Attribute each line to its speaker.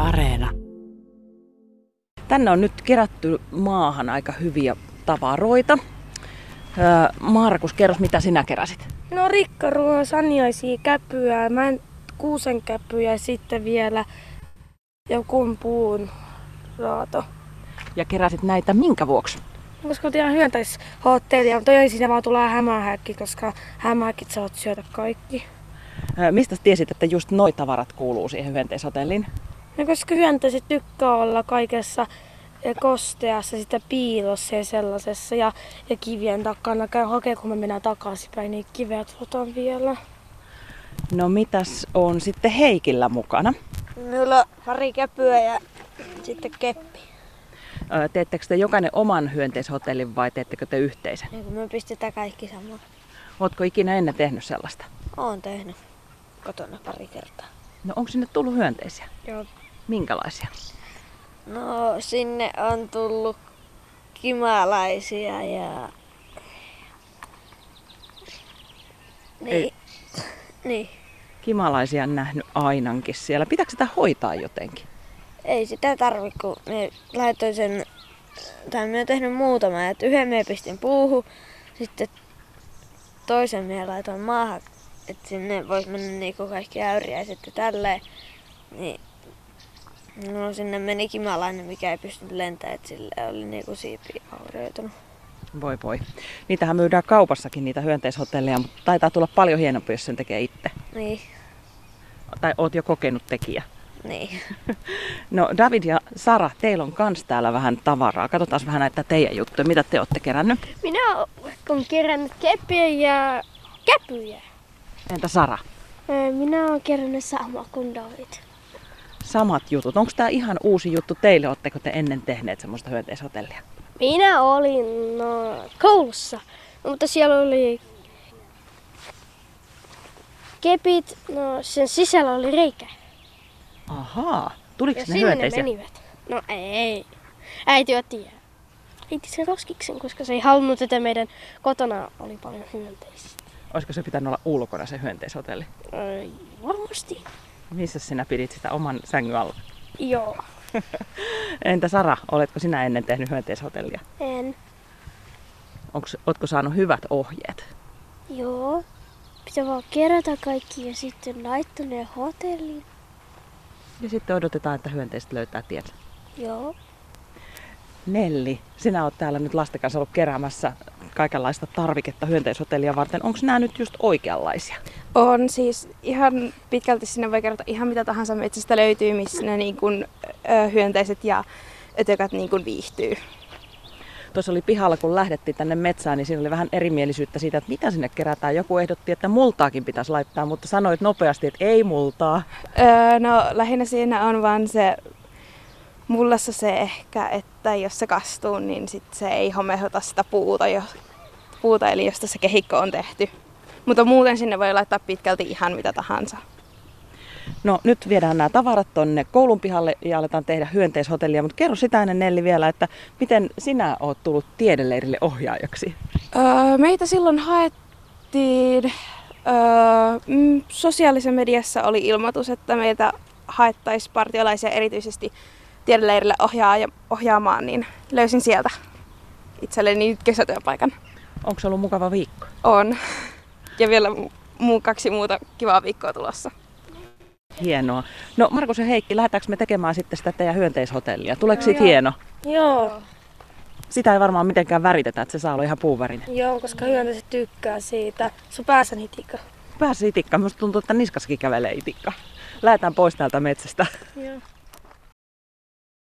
Speaker 1: Areena.
Speaker 2: Tänne on nyt kerätty maahan aika hyviä tavaroita. Öö, Markus, kerros mitä sinä keräsit?
Speaker 3: No rikkaruohon saniaisia käpyjä, mä en kuusen käpyjä ja sitten vielä joku puun raato.
Speaker 2: Ja keräsit näitä minkä vuoksi?
Speaker 3: Koska on ihan hyöntäis siis hotellia, mutta ei siinä vaan tulee hämähäkki, koska hämähäkit saavat syödä kaikki.
Speaker 2: Öö, Mistä tiesit, että just noi tavarat kuuluu siihen hyönteishotelliin?
Speaker 3: No koska hyönteiset tykkää olla kaikessa eh, kosteassa, sitä piilossa ja sellaisessa ja, ja kivien takana. Käy hakee, kun me mennään takaisinpäin, niin kivet otan vielä.
Speaker 2: No mitäs on sitten Heikillä mukana?
Speaker 4: Minulla on pari käpyä ja sitten keppi.
Speaker 2: Öö, Teettekö te jokainen oman hyönteishotellin vai teettekö te yhteisen?
Speaker 4: Ja kun me pistetään kaikki samaan.
Speaker 2: Ootko ikinä ennen tehnyt sellaista?
Speaker 4: Oon tehnyt kotona pari kertaa.
Speaker 2: No onko sinne tullut hyönteisiä?
Speaker 4: Joo.
Speaker 2: Minkälaisia?
Speaker 4: No sinne on tullut kimalaisia ja... Niin. niin.
Speaker 2: Kimalaisia on nähnyt ainakin siellä. Pitääkö sitä hoitaa jotenkin?
Speaker 4: Ei sitä tarvi, kun me laitoin sen... Tai me tehnyt muutama, että yhden me pistin puuhun, sitten toisen me laitoin maahan, että sinne voisi mennä niinku kaikki äyriäiset ja tälleen. Niin No sinne meni kimalainen, mikä ei pystynyt lentämään, että sille oli niinku siipi aureutunut.
Speaker 2: Voi voi. Niitähän myydään kaupassakin niitä hyönteishotelleja, mutta taitaa tulla paljon hienompi, jos sen tekee itse.
Speaker 4: Niin,
Speaker 2: Tai oot jo kokenut tekijä.
Speaker 4: niin.
Speaker 2: No David ja Sara, teillä on kans täällä vähän tavaraa. Katsotaan vähän näitä teidän juttuja. Mitä te olette kerännyt?
Speaker 3: Minä olen kerännyt keppiä ja käpyjä.
Speaker 2: Entä Sara?
Speaker 3: Minä olen kerännyt sama kuin David.
Speaker 2: Samat jutut. Onko tämä ihan uusi juttu teille? Oletteko te ennen tehneet semmoista hyönteishotellia?
Speaker 3: Minä olin no, koulussa, mutta siellä oli kepit, no sen sisällä oli reikä.
Speaker 2: Ahaa. Tuliko
Speaker 3: Ja
Speaker 2: sinne
Speaker 3: sinne ne
Speaker 2: hyönteisiä?
Speaker 3: menivät. No ei. Äiti otti ja heitti sen roskiksen, koska se ei halunnut, että meidän kotona oli paljon hyönteisiä.
Speaker 2: Olisiko se pitänyt olla ulkona se hyönteishotelli?
Speaker 3: Öö, varmasti.
Speaker 2: Missä sinä pidit sitä oman sängyn alla?
Speaker 3: Joo.
Speaker 2: Entä Sara, oletko sinä ennen tehnyt hyönteishotellia?
Speaker 3: En.
Speaker 2: Onks, ootko saanut hyvät ohjeet?
Speaker 3: Joo. Pitää vaan kerätä kaikki ja sitten laittaa ne hotelliin.
Speaker 2: Ja sitten odotetaan, että hyönteiset löytää tiensä.
Speaker 3: Joo.
Speaker 2: Nelli, sinä oot täällä nyt lasten kanssa ollut keräämässä kaikenlaista tarviketta hyönteishotellia varten. Onko nämä nyt just oikeanlaisia?
Speaker 5: On siis ihan pitkälti sinne voi kertoa ihan mitä tahansa metsästä löytyy, missä ne niin kuin, ö, hyönteiset ja ötökät niin kuin viihtyy.
Speaker 2: Tuossa oli pihalla, kun lähdettiin tänne metsään, niin siinä oli vähän erimielisyyttä siitä, että mitä sinne kerätään. Joku ehdotti, että multaakin pitäisi laittaa, mutta sanoit nopeasti, että ei multaa.
Speaker 5: Öö, no lähinnä siinä on vaan se mullassa se ehkä, että jos se kastuu, niin sit se ei homehota sitä puuta, jo, puuta eli josta se kehikko on tehty. Mutta muuten sinne voi laittaa pitkälti ihan mitä tahansa.
Speaker 2: No nyt viedään nämä tavarat tonne koulun pihalle ja aletaan tehdä hyönteishotellia, mutta kerro sitä ennen Nelli vielä, että miten sinä oot tullut tiedeleirille ohjaajaksi?
Speaker 5: Öö, meitä silloin haettiin, öö, mm, sosiaalisessa mediassa oli ilmoitus, että meitä haettaisiin partiolaisia erityisesti tiedeleirille ohjaaja, ohjaamaan, niin löysin sieltä itselleni nyt kesätyöpaikan.
Speaker 2: Onko se ollut mukava viikko?
Speaker 5: On. Ja vielä mu- muu, kaksi muuta kivaa viikkoa tulossa.
Speaker 2: Hienoa. No Markus ja Heikki, lähdetäänkö me tekemään sitten sitä teidän hyönteishotellia? Tuleeko siitä hieno?
Speaker 3: Joo.
Speaker 2: Sitä ei varmaan mitenkään väritetä, että se saa olla ihan puuvärinen.
Speaker 3: Joo, koska hyönteiset tykkää siitä. Sun päässä niitä
Speaker 2: Pääsi itikka, musta tuntuu, että niskassakin kävelee itikka. Lähdetään pois täältä metsästä.
Speaker 3: Joo.